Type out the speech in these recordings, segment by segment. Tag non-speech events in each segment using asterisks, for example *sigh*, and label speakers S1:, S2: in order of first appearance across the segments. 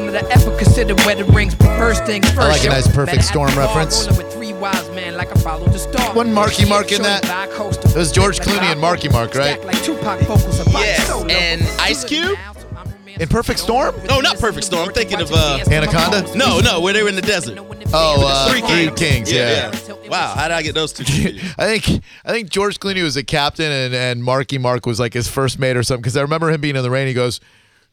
S1: woman I ever considered weathering. But first things first.
S2: I like a
S1: yo.
S2: nice Perfect
S1: Better
S2: Storm
S1: act the ball
S2: reference.
S1: rolling with three wise men like I followed the star.
S2: Wasn't Marky Mark in that?
S1: It
S2: was George Clooney and Marky Mark, right?
S1: Like Tupac vocals are body
S3: Yes,
S1: so low.
S3: and Ice Cube?
S2: In Perfect Storm?
S3: No, not Perfect Storm. I'm thinking of, uh,
S2: Anaconda?
S3: No, no, where they were in the desert.
S2: Oh, uh, Three Kings, yeah.
S3: Wow, how did I get those two? confused?
S2: I think I think George Clooney was a captain and, and Marky Mark was like his first mate or something because I remember him being in the rain. He goes,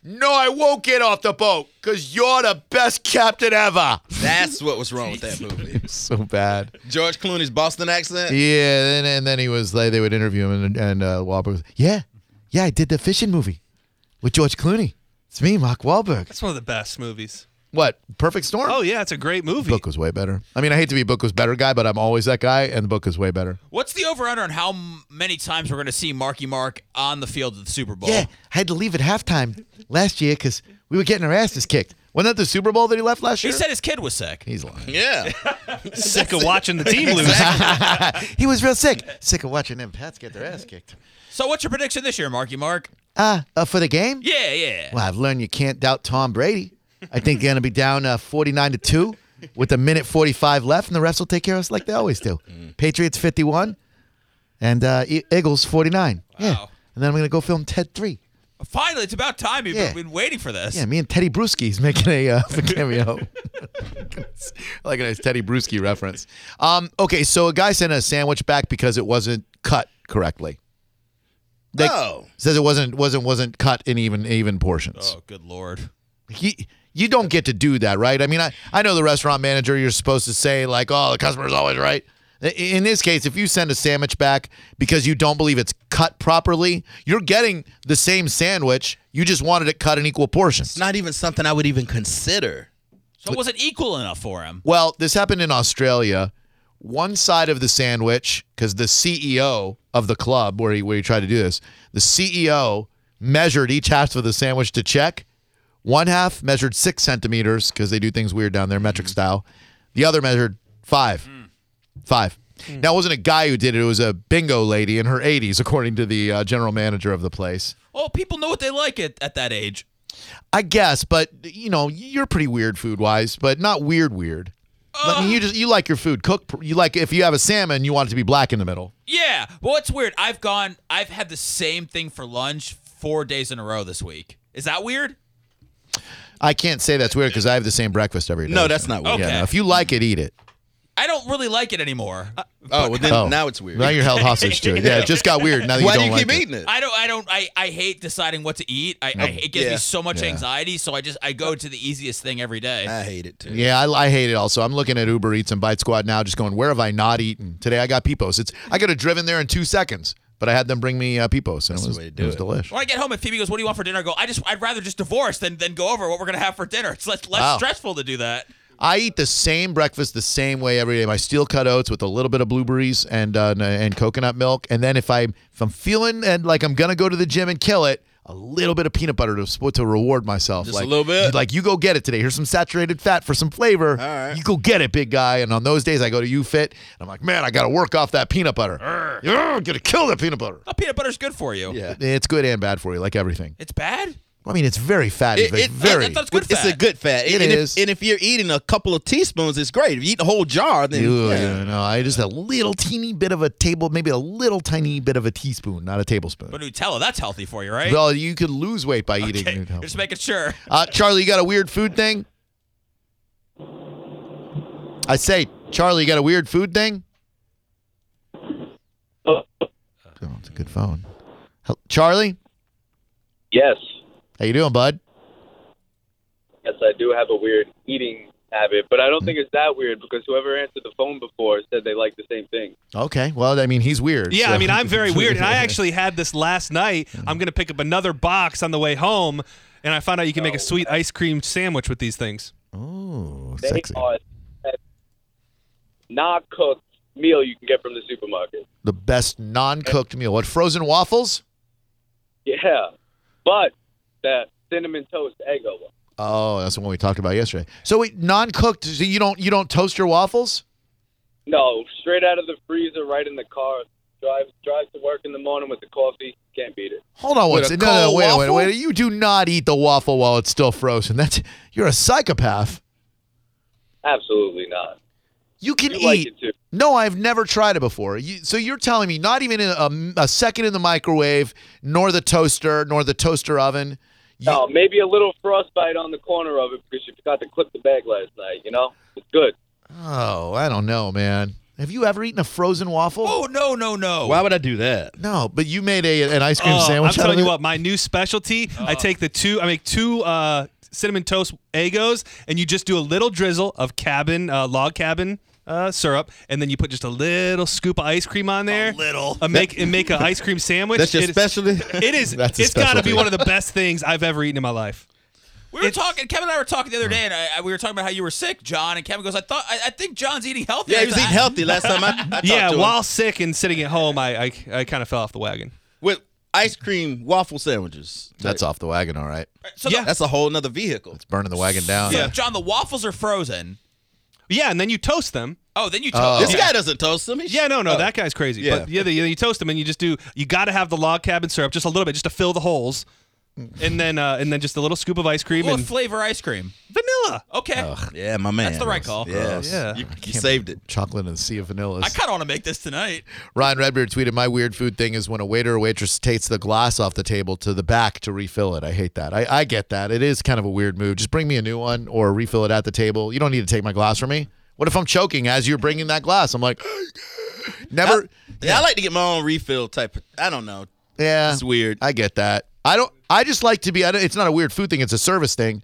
S2: "No, I won't get off the boat because you're the best captain ever." *laughs*
S3: *laughs* That's what was wrong with *laughs* that movie.
S2: so bad.
S3: George Clooney's Boston accent.
S2: Yeah, and, and then he was like, they would interview him and and uh, Wahlberg was, "Yeah, yeah, I did the fishing movie with George Clooney. It's me, Mark Wahlberg.
S4: That's one of the best movies.
S2: What? Perfect Storm."
S4: Oh yeah, it's a great movie.
S2: Book was way better. I mean, I hate to be book was better guy, but I'm always that guy, and the book is way better.
S5: What's the over under on how m- many times we're going to see Marky Mark on the field of the Super Bowl?
S2: Yeah, I had to leave at halftime last year because we were getting our asses kicked. Wasn't that the Super Bowl that he left last
S5: He
S2: year?
S5: said his kid was sick.
S2: He's lying.
S3: Yeah.
S4: Sick of watching the team lose.
S2: He was real sick. Sick of watching them Pats get their ass kicked.
S5: So what's your prediction this year, Marky Mark?
S2: Uh, uh, for the game?
S5: Yeah, yeah.
S2: Well, I've learned you can't doubt Tom Brady. I think they're going to be down uh, 49 to 2 with a minute 45 left, and the refs will take care of us like they always do.
S5: Mm.
S2: Patriots 51 and uh, E- Eagles 49. Yeah.
S5: Wow.
S2: And then I'm going to go film Ted 3.
S5: Finally, it's about time. We've
S2: Yeah.
S5: been waiting for this.
S2: Yeah, me and Teddy Bruschi's making a, uh, *laughs* cameo. I like a nice Teddy Bruschi reference. Um, okay, so a guy sent a sandwich back because it wasn't cut correctly. They-
S3: Oh.
S2: says it wasn't wasn't wasn't cut in even even portions.
S5: Oh, good lord.
S2: He, you don't get to do that, right? I mean, I, I know the restaurant manager. You're supposed to say like, "Oh, the customer's always right." I- In this case, if you send a sandwich back because you don't believe it's cut properly, you're getting the same sandwich. You just wanted it cut in equal portions.
S3: It's *laughs* not even something I would even consider.
S5: So it wasn't equal enough for him.
S2: Well, this happened in Australia. One side of the sandwich, because the CEO of the club where he, where he tried to do this, the CEO measured each half of the sandwich to check. One half measured six centimeters because they do things weird down there, metric style. The other measured five. Five. Now, it wasn't a guy who did it. It was a bingo lady in her 80s, according to the uh, general manager of the place.
S5: Oh, people know what they like at, at that age.
S2: I guess, but you know, you're pretty weird food wise, but not weird weird. I mean, you just you like your food cooked. pr- You like if you have a salmon, you want it to be black in the middle.
S5: Yeah. Well, it's weird. I've gone, I've had the same thing for lunch four days in a row this week. Is that weird?
S2: I can't say that's weird because I have the same breakfast every day.
S3: No, that's not
S2: Yeah,
S3: weird.
S5: Okay.
S2: no, if you like it, eat it.
S5: I don't really like it anymore.
S3: Oh, well then
S2: Oh,
S3: now it's weird.
S2: Now you're held hostage to it. Yeah, it just
S3: *laughs*
S2: got weird. Now that
S3: Why
S2: you
S3: do
S2: don't
S3: you
S2: like
S3: keep
S2: it.
S3: eating it?
S5: I don't. I don't. I, I hate deciding what to eat. I, I it gives
S3: Yeah.
S5: me so much
S2: Yeah. Uh,
S5: anxiety. So I just I go to the easiest thing every day.
S3: I hate it too.
S2: Yeah, I, I hate it also. I'm looking at Uber Eats and Bite Squad now, just going, where have I not eaten today? I got Pipos. It's I could have driven there in two seconds, but I had them bring me uh, Pipos, and it was
S3: way to
S2: it
S3: do
S2: was
S3: it.
S2: delish.
S5: when I get home and Phoebe goes, "What do you want for dinner?" I go, "I just I'd rather just divorce than than go over what we're gonna have for dinner. It's less less
S2: Wow.
S5: stressful to do that."
S2: I eat the same breakfast the same way every day. My steel cut oats with a little bit of blueberries and uh, and- and coconut milk. And then if I if I'm feeling and like I'm gonna go to the gym and kill it, a little bit of peanut butter to sp- to reward myself.
S3: Just a
S2: like,
S3: little bit?
S2: Like you go get it today. Here's some saturated fat for some flavor. All
S3: right.
S2: You go get it, big guy. And on those days, I go to UFit and I'm like, man, I gotta work off that peanut butter. Yeah, I'm gonna kill that peanut
S3: *laughs*
S2: butter.
S5: Oh, peanut butter's good for you.
S3: Yeah.
S2: It's good and bad for you, like everything.
S5: It's bad.
S2: I mean, it's very fatty.
S3: It-
S2: but
S3: it-
S2: very.
S5: I- I thought it's good
S3: It's
S5: fat.
S3: a good fat.
S2: It
S3: and
S2: is.
S3: If, and if you're eating a couple of teaspoons, it's great. If you eat the whole jar, then
S2: Ew,
S3: yeah.
S2: yeah, no, I just a little teeny bit of a table, maybe a little tiny bit of a teaspoon, not a tablespoon.
S5: But Nutella, that's healthy for you, right? *laughs*
S2: well, you could lose weight by eating.
S5: Okay,
S2: Nutella.
S5: Just making sure.
S2: Uh, Charlie, you got a weird food thing? I say, Charlie, you got a weird food thing? Oh, it's a good phone. Hel- Charlie,
S6: Yes.
S2: how you doing, bud?
S6: Yes, I do have a weird eating habit, but I don't think it's that weird because whoever answered the phone before said they like the same thing.
S2: Okay, well, I mean, he's weird.
S4: Yeah, I
S2: so-
S4: mean, I'm very weird,
S2: *laughs*
S4: and I actually had this last night. I'm gonna pick up another box on the way home, and I found out you can make a sweet ice cream sandwich with these things.
S2: Ooh,
S6: They
S2: Oh, sexy.
S6: are the not cooked meal you can get from the supermarket.
S2: The best non-cooked meal. What frozen waffles?
S6: Yeah, but that cinnamon toast Eggo one.
S2: Oh, that's the one we talked about yesterday. So wait, non-cooked. So you don't you don't toast your waffles?
S6: No, straight out of the freezer, right in the car. Drive drive to work in the morning with the coffee. Can't beat it.
S2: Hold on one
S3: With a
S2: second. No, no,
S3: cold
S2: wait, wait,
S3: waffle?
S2: wait. You do not eat the waffle while it's still frozen. *laughs* That's you're a psychopath.
S6: Absolutely not.
S2: You can
S6: You
S2: eat.
S6: like it too.
S2: No, I've never tried it before. You, so you're telling me not even in a, a second in the microwave, nor the toaster, nor the toaster oven. You-
S6: No, maybe a little frostbite on the corner of it because you forgot to clip the bag last night. You know, it's good.
S2: Oh, I don't know, man. Have you ever eaten a frozen waffle?
S5: Oh no no no!
S3: Why would I do that?
S2: No, but you made a an ice cream
S4: Oh,
S2: sandwich.
S4: I'm
S2: out
S4: telling
S2: of
S4: you
S2: it?
S4: what, my new specialty. I take the two. I make two uh, cinnamon toast egos, and you just do a little drizzle of cabin uh, log cabin. Uh, syrup, and then you put just a little scoop of ice cream on there. A little. And make and make an ice cream sandwich.
S3: That's your
S4: It is-
S3: specialty?
S4: It
S3: *laughs*
S4: is.
S2: *laughs* That's a
S4: it's got to
S2: specialty.
S4: be one of the best things I've ever eaten in my life.
S5: we were
S4: it's-
S5: talking. Kevin and I were talking the
S3: Mm.
S5: other day, and I, I- we were talking about how you were sick, John. And Kevin goes, "I thought I, I think John's eating healthy."
S3: Yeah,
S5: I
S3: he was
S5: thought-
S3: eating healthy last time I, I talked
S4: yeah,
S3: to him.
S4: while sick and sitting at home, I I, I kind of fell off the wagon.
S3: with ice cream waffle sandwiches.
S2: That's off the wagon, all right.
S5: So
S4: Yeah.
S5: the,
S3: That's a whole nother vehicle.
S2: It's burning the wagon down.
S5: so, John, the waffles are frozen.
S4: Yeah, and then you toast them.
S5: Oh, then you
S2: Oh.
S5: told
S3: This
S5: yeah.
S3: guy doesn't toast them. He's-
S4: Yeah, no, no,
S3: Oh.
S4: that guy's crazy.
S3: Yeah.
S4: But yeah, the, you toast them and you just do. You got to have the log cabin syrup just a little bit, just to fill the holes, and then uh, and then just a little scoop of ice cream
S5: What
S4: and Oh,
S5: flavor ice cream?
S4: vanilla.
S5: Okay,
S3: Yeah, my man.
S5: That's the right call.
S3: Yeah,
S2: Yeah.
S3: You,
S2: I
S3: you
S2: can't
S3: saved it.
S2: Chocolate and a sea of vanillas.
S5: I kind of want to make this tonight.
S2: Ryan Redbeard tweeted, "My weird food thing is when a waiter or waitress takes the glass off the table to the back to refill it. I hate that. I, I get that. It is kind of a weird move. Just bring me a new one or refill it at the table. You don't need to take my glass from me. What if I'm choking as you're bringing that glass? I'm like, *gasps* never.
S3: Yeah. I like to get my own refill type. Of, I don't know.
S2: Yeah,
S3: It's weird.
S2: I get that. I don't. I just like to be. I don't, it's not a weird food thing. It's a service thing.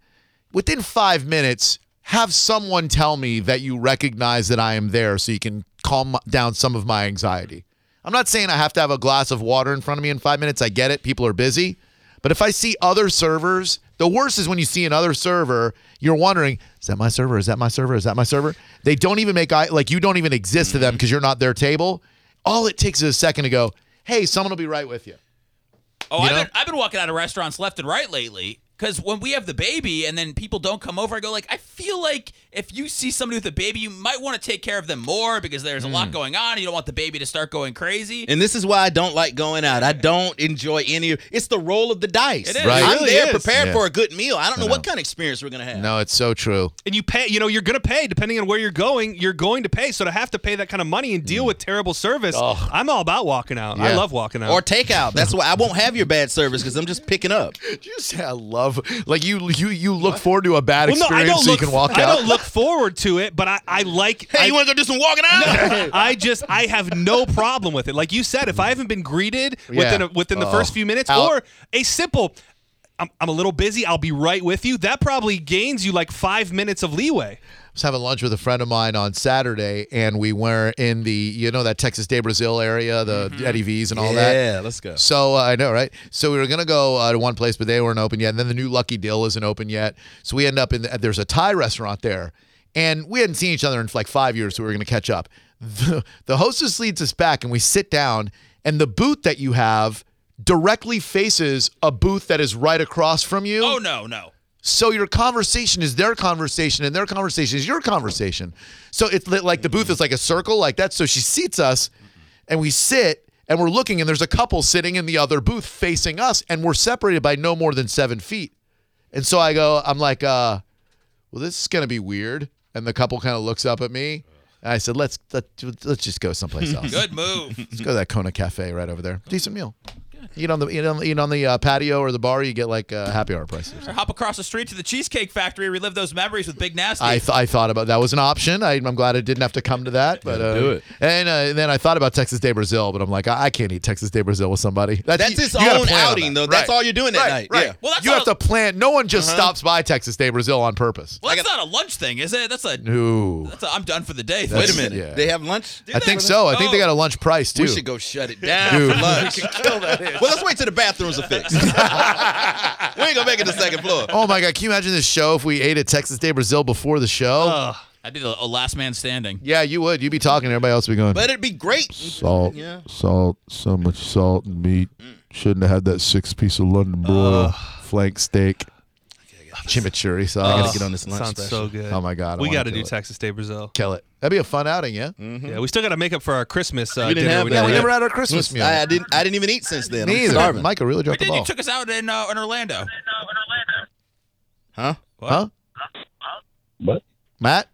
S2: Within five minutes, have someone tell me that you recognize that I am there, so you can calm down some of my anxiety. I'm not saying I have to have a glass of water in front of me in five minutes. I get it. People are busy. But if I see other servers, the worst is when you see another server, you're wondering, is that my server? Is that my server? Is that my server? They don't even make eye, like you don't even exist to them because you're not their table. All it takes is a second to go, hey, someone will be right with you.
S5: Oh,
S2: You
S5: I've
S2: know?
S5: been, I've been walking out of restaurants left and right lately because when we have the baby and then people don't come over, I go like, I feel like if you see somebody with a baby, you might want to take care of them more because there's a
S2: Hmm.
S5: lot going on. You don't want the baby to start going crazy.
S3: And this is why I don't like going out. I don't enjoy any. of It's the roll of the dice.
S5: It is.
S2: Right.
S3: I'm
S4: It really
S3: there
S4: is.
S3: prepared
S2: Yeah.
S3: for a good meal. I don't know,
S2: know.
S3: what kind of experience we're gonna have.
S2: No, it's so true.
S4: And you pay. You know, you're gonna pay depending on where you're going. You're going to pay. So to have to pay that kind of money and deal with terrible service, I'm all about walking out. I
S2: Mm. Yeah.
S4: love walking out.
S3: Or takeout. That's why I won't have your bad service because I'm just picking up.
S2: You say I love like you you you look forward to a bad
S4: well, no, I
S2: experience
S4: don't
S2: so
S4: look.
S2: you can walk
S4: I
S2: out.
S4: don't look forward to it, but I, I like. I,
S3: want to go do some walking out?
S4: *laughs* I just I have no problem with it. Like you said, if I haven't been greeted within a, within the
S2: Oh.
S4: first few minutes,
S2: Out.
S4: or a simple, I'm, I'm a little busy. I'll be right with you. That probably gains you like five minutes of leeway.
S2: I was having lunch with a friend of mine on Saturday, and we were in the you know that Texas Day Brazil area, the Eddie V's and all that.
S3: Yeah, let's go.
S2: So uh, I know, right? So we were gonna go uh, to one place, but they weren't open yet. And then the new Lucky Dill isn't open yet. So we end up in the, there's a Thai restaurant there, and we hadn't seen each other in like five years, so we were gonna catch up. The, the hostess leads us back, and we sit down, and the booth that you have directly faces a booth that is right across from you.
S5: oh no, no.
S2: So your conversation is their conversation, and their conversation is your conversation. So it's li- like the booth is like a circle, like that. So she seats us, and we sit, and we're looking, and there's a couple sitting in the other booth facing us, and we're separated by no more than seven feet. And so I go, I'm like, uh, well, this is gonna be weird. And the couple kind of looks up at me. And I said, let's let, let's just go someplace else.
S5: Good
S2: *laughs*
S5: move.
S2: Let's go to that Kona Cafe right over there. Decent meal. Eat on the eat on, eat on the uh, patio or the bar. You get like uh, happy hour prices.
S5: Or hop across the street to the Cheesecake Factory, relive those memories with Big Nasty.
S2: I, th- I thought about that was an option. I, I'm glad I didn't have to come to that. But uh,
S3: do it.
S2: And, uh, and then I thought about Texas Day Brazil, but I'm like, I, I can't eat Texas Day Brazil with somebody.
S3: That's
S2: you-
S3: his
S2: you gotta
S3: own
S2: plan on
S3: outing,
S2: that.
S3: though. That's
S2: Right.
S3: all you're doing that
S2: Right,
S3: night.
S2: right.
S3: Yeah. Uh-huh.
S5: Well, that's
S2: you
S5: not
S2: have
S5: a-
S2: to plan. No one just stops by Texas Day Brazil on purpose.
S5: well, that's not a lunch thing, is it? That's a.
S2: No,
S5: That's a I'm done for the day.
S3: Wait a
S2: That's-
S3: minute.
S2: yeah.
S3: They have lunch?
S2: I think so. I think they
S5: Oh.
S2: got a lunch price too.
S3: We should go shut it down
S2: Dude.
S3: for lunch. *laughs* Well, let's wait till the bathrooms are fixed. we ain't gonna make it to the second floor.
S2: Oh my god! Can you imagine this show if we ate at Texas Day Brazil before the show?
S3: Uh.
S5: I'd be the a last man standing.
S2: yeah, you would. You'd be talking. Everybody else would be going.
S3: But it'd be great.
S7: salt,
S3: Yeah.
S7: salt, so much salt and meat. Shouldn't have had that six piece of London broil, flank steak.
S2: Chimichurri sauce.
S3: I gotta get on this lunch
S4: Sounds so
S3: special.
S4: good.
S2: Oh my God, I
S4: we
S2: wanna
S4: got to
S2: do
S4: do Mm.
S2: it. Mm-hmm.
S4: Texas Day Brazil.
S2: Kill it. That'd be a fun outing, yeah?
S4: Yeah, we still got to make up for our Christmas uh,
S3: You didn't
S4: dinner.
S3: have
S4: we
S3: that,
S2: Yeah,
S4: never
S2: we
S3: right?
S4: had.
S2: never had our Christmas meal.
S3: Mm. I, I didn't. I didn't even eat since then.
S2: Me
S3: I'm
S2: either.
S3: starving.
S2: Micah really dropped the
S5: Then you
S2: ball.
S5: took us out in uh, in Orlando.
S3: Huh?
S2: Huh?
S8: What?
S2: Matt?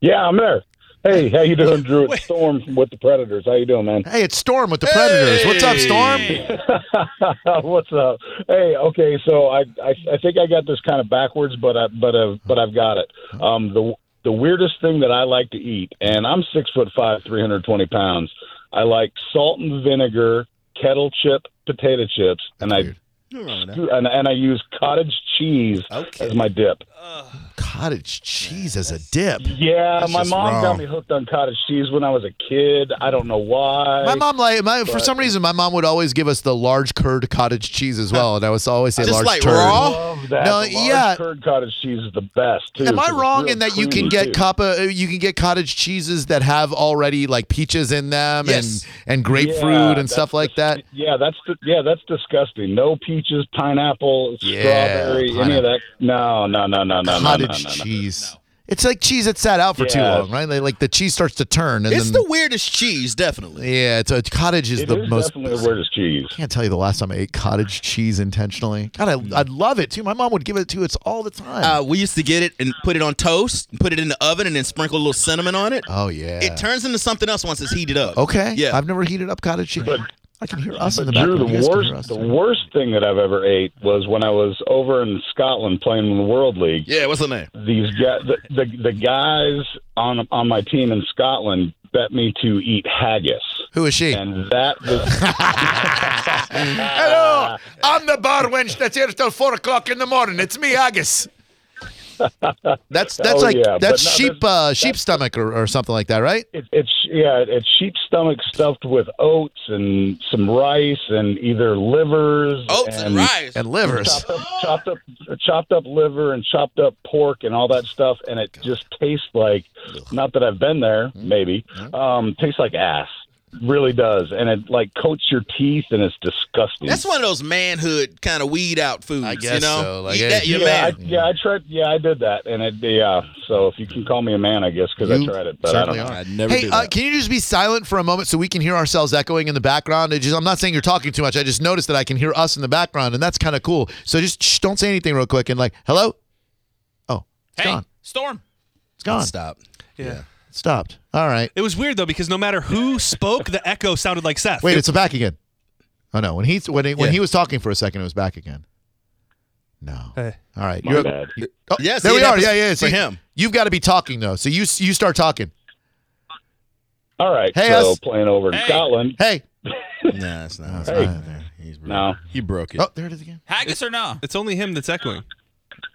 S8: Yeah, I'm there. Hey, how you doing, Drew?
S3: *laughs*
S8: It's Storm with the Predators. How you doing, man? *laughs*
S2: Hey, it's Storm with the Predators. What's up, Storm?
S8: What's up? Hey, okay, so I, I I think I got this kind of backwards, but I but uh, but I've got it. Um, the the weirdest thing that I like to eat, and I'm six foot five, three hundred twenty pounds. I like salt and vinegar kettle chip potato chips, and I
S2: Weird.
S3: You don't remember that?
S8: and, and I use cottage cheese
S3: Okay.
S8: as my dip.
S2: Cottage cheese as a dip.
S8: Yeah,
S3: That's
S8: my
S3: just
S8: mom
S3: wrong.
S8: got me hooked on cottage cheese when I was a kid. I don't know why.
S2: My mom like my, for some reason my mom would always give us the large curd cottage cheese as well, and I was always say
S3: Just
S2: large
S3: like
S2: curd.
S3: raw?
S8: Love that.
S2: No,
S8: The large
S2: yeah.
S8: curd cottage cheese is the best. Too,
S2: Am I
S8: 'cause it's
S2: wrong
S8: real
S2: in that you can
S8: creamy,
S2: get
S8: too.
S2: coppa, uh, you can get cottage cheeses that have already like peaches in them
S3: Yes.
S2: and and grapefruit
S8: Yeah,
S2: and
S8: that's
S2: stuff like that?
S8: dis- Yeah, that's di- yeah, that's disgusting. No peaches, pineapple,
S2: Yeah,
S8: strawberry, any
S2: pineapple.
S8: of that. No, no, no, no, no, no, no,
S2: cottage
S8: no, no.
S2: cheese. It's like cheese that sat out for too
S8: Yeah.
S2: long, right? Like, like the cheese starts to turn and
S3: It's
S2: then
S3: the weirdest cheese, definitely.
S2: yeah, it's a cottage is
S8: It
S2: the
S8: is
S2: most
S8: definitely the weirdest cheese.
S2: I can't tell you the last time I ate cottage cheese intentionally. God,
S8: Mm.
S2: I, I'd love it too. My mom would give it to us all the time.
S3: Uh, we used to get it and put it on toast, and put it in the oven, and then sprinkle a little cinnamon on it.
S2: oh yeah.
S3: It turns into something else once it's heated up.
S2: okay.
S3: Yeah.
S2: I've never heated up cottage cheese. I can hear us in the background.
S8: Drew, the
S2: You guys can hear
S8: worst,
S2: us.
S8: the worst thing that I've ever ate was when I was over in Scotland playing in the World League.
S3: yeah. What's the name?
S8: these guys, the, the the guys on on my team in Scotland bet me to eat haggis,
S2: Who is she?
S8: and that was
S2: Hello, I'm the bar wench that's here till four o'clock in the morning. It's me, Agus. That's that's
S8: *laughs* Oh,
S2: like
S8: yeah, but
S2: that's
S8: no,
S2: sheep uh, sheep stomach or, or something like that, right?
S8: it, it's yeah, it's sheep stomach stuffed with oats and some rice and either livers,
S5: Oats and, rice.
S2: And livers.
S8: Chopped up, chopped up, chopped up liver and chopped up pork and all that stuff, and it just tastes like. Not that I've been there,
S2: Hmm?
S8: maybe. Um, tastes like ass, really does, and it like coats your teeth, and it's disgusting.
S3: That's one of those manhood kind of weed out foods.
S2: I guess
S3: you know?
S2: so, like,
S3: Eat that, you're
S8: yeah,
S3: man.
S8: I, yeah, I tried. Yeah, I did that, and it, yeah. So if you can call me a man, I guess, because I
S2: You
S8: tried it, but I don't
S2: certainly
S8: know.
S2: are.
S3: I'd never
S2: hey,
S3: do
S2: uh,
S3: that.
S2: can you just be silent for a moment so we can hear ourselves echoing in the background? It just, I'm not saying you're talking too much. I just noticed that I can hear us in the background, and that's kind of cool. So just shh, don't say anything real quick and like, hello? Oh, it's
S5: hey,
S2: gone.
S5: Storm.
S2: It's gone.
S3: Stop.
S4: Yeah.
S2: It stopped. All right.
S4: It was weird though because no matter
S2: *laughs*
S4: who spoke, the echo sounded like Seth.
S2: Wait, it's back again. Oh no, when he when he, when
S3: Yeah.
S2: he was talking for a second, it was back again. No.
S4: Hey.
S2: All right,
S8: My
S2: you're-
S8: bad.
S2: you- oh,
S3: Yeah, see,
S2: there we
S3: that
S2: are.
S3: was
S2: Yeah, yeah.
S3: for
S2: see,
S3: him.
S2: you've got to be talking though. So you s- you start talking.
S8: All right,
S2: Hey,
S8: so
S2: us-
S8: playing over in
S5: Hey.
S8: Scotland.
S2: Hey,
S3: Nah, it's not.
S8: Hey.
S2: not there.
S3: He's broke.
S8: No,
S3: He broke it.
S2: oh, there it is again.
S5: Haggis or no?
S4: It's only him that's echoing.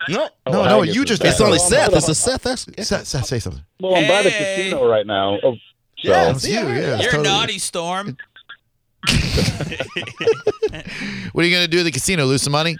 S3: No.
S4: Oh,
S2: No,
S8: Oh, I
S2: no,
S8: guess
S2: you
S8: it's
S2: just-
S8: bad.
S3: It's only
S8: Well,
S3: Seth.
S8: I'm-
S3: It's a Seth. That's
S2: Sa- sa- say something.
S8: Well, I'm by the
S5: Hey.
S8: casino right now. Oh, so
S3: Yeah,
S2: That's
S3: see,
S2: you.
S3: I
S2: Yeah,
S3: heard
S2: it's
S5: You're
S2: totally-
S5: naughty, Storm.
S2: What are you gonna do at the casino? Lose some money?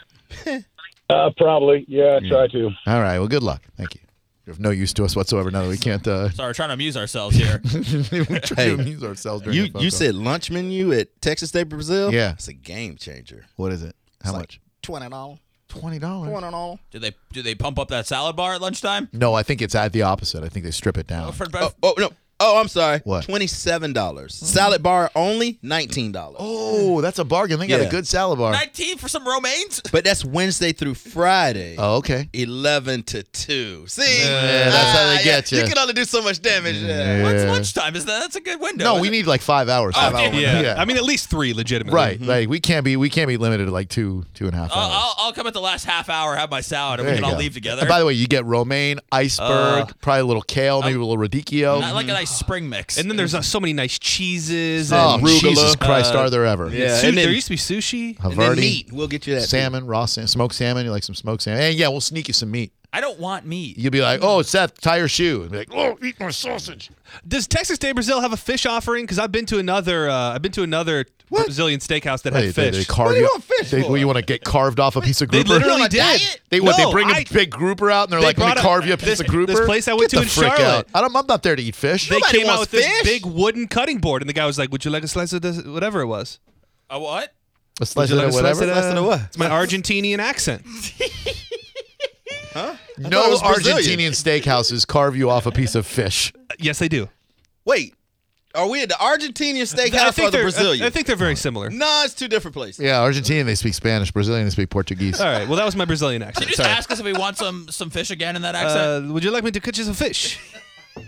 S8: uh, probably. Yeah, I try to.
S2: All right. Well, good luck. Thank you. You're of no use to us whatsoever. Now that we can't uh, *laughs*
S5: Sorry, we're trying to amuse ourselves here.
S2: we try *laughs*
S3: Hey,
S2: to amuse ourselves during
S3: you
S2: the phone
S3: you
S2: call.
S3: said lunch menu at Texas State Brazil.
S2: Yeah.
S3: it's a game changer.
S2: what is it? How
S3: like-
S2: much?
S3: Twenty dollars.
S2: Twenty dollars.
S3: Twenty dollars.
S5: do they do they pump up that salad bar at lunchtime?
S2: No, I think it's at the opposite. I think they strip it down.
S5: For,
S3: Oh, oh no. Oh, I'm sorry.
S2: What?
S3: Twenty-seven dollars. Salad bar only nineteen dollars.
S2: Oh, that's a bargain. They got a
S3: Yeah.
S2: good salad bar.
S5: 19 for some romaines?
S3: But that's Wednesday through Friday,
S2: Oh, okay.
S3: eleven to two. See,
S2: Yeah, that's how they
S3: Ah,
S2: get
S3: yeah.
S2: ya.
S3: You can only do so much damage. Yeah.
S5: When's
S2: Yeah.
S5: lunchtime? Is that that's a good window?
S2: No,
S5: isn't
S2: we
S5: it? Oh,
S2: need like five hours. Five
S5: damn
S2: hour
S5: it.
S4: Yeah.
S2: window.
S4: I mean at least three legitimately.
S2: right.
S3: Mm-hmm.
S2: Like we can't be we can't be limited to like two two and a half
S5: I'll,
S2: hours.
S5: I'll, I'll come at the last half hour, have my salad, and
S2: There
S5: we can
S2: you
S5: all
S2: go.
S5: leave together.
S2: And by the way, you get romaine,
S3: Uh,
S2: iceberg, probably a little kale, maybe a little radicchio.
S5: I like a nice spring mix.
S4: And then there's uh, so many nice cheeses and
S2: oh,
S3: arugula.
S2: Jesus Christ,
S4: Uh,
S2: are there ever?
S3: yeah.
S4: Su-
S3: and then-
S4: there used to be sushi.
S3: And then
S2: Havarti,
S3: meat. We'll get you that. too.
S2: salmon, raw salmon, smoked salmon. You like some smoked salmon? Hey, yeah, we'll sneak you some meat.
S5: I don't want meat.
S2: You'll be like, oh, Seth, tie your shoe. And be like, oh, eat my sausage.
S4: Does Texas Day Brazil have a fish offering? Because I've been to another. Uh, I've been to another Brazilian steakhouse that
S2: Hey,
S4: had
S2: they,
S4: fish.
S2: they carve
S3: What do you
S2: you.
S3: want fish
S2: they,
S3: for?
S2: well, you want to get carved off a piece of
S4: They
S2: grouper?
S4: literally did.
S2: They what?
S4: No,
S2: they bring a
S4: I-
S2: big grouper out and they're
S4: They
S2: like, "Let me
S4: brought a-
S2: carve you a piece
S4: this-
S2: of grouper."
S4: this place I went
S2: Get
S4: to
S2: the
S4: in
S2: frick out.
S4: Charlotte.
S2: I don't, I'm not there to eat fish.
S4: They
S3: Nobody
S4: came out with
S3: wants
S4: this
S3: fish.
S4: big wooden cutting board, and the guy was like, "Would you like a slice of this? Whatever it was."
S5: A Uh, what?
S2: a slice
S4: Would
S2: of
S4: you
S2: it,
S4: like a slice
S2: whatever.
S3: *laughs*
S4: of
S3: Slice of the what?
S4: It's my Argentinian accent.
S3: thought it
S2: No
S3: was Brazilian.
S2: Argentinian steakhouses carve you off a piece of fish.
S4: Yes, they do.
S3: Wait, are we at the Argentinian
S4: I
S3: steakhouse
S4: think
S3: or the
S4: they're.
S3: Brazilian?
S4: I, I think they're very
S3: *laughs*
S4: similar.
S3: no, it's two different places.
S2: Yeah, Argentinian they speak Spanish. Brazilian they speak Portuguese.
S4: All right. Well, that was my Brazilian accent.
S5: Just
S4: Sorry.
S5: ask us if we want some some fish again in that accent.
S4: Uh, would you like me to catch you some fish?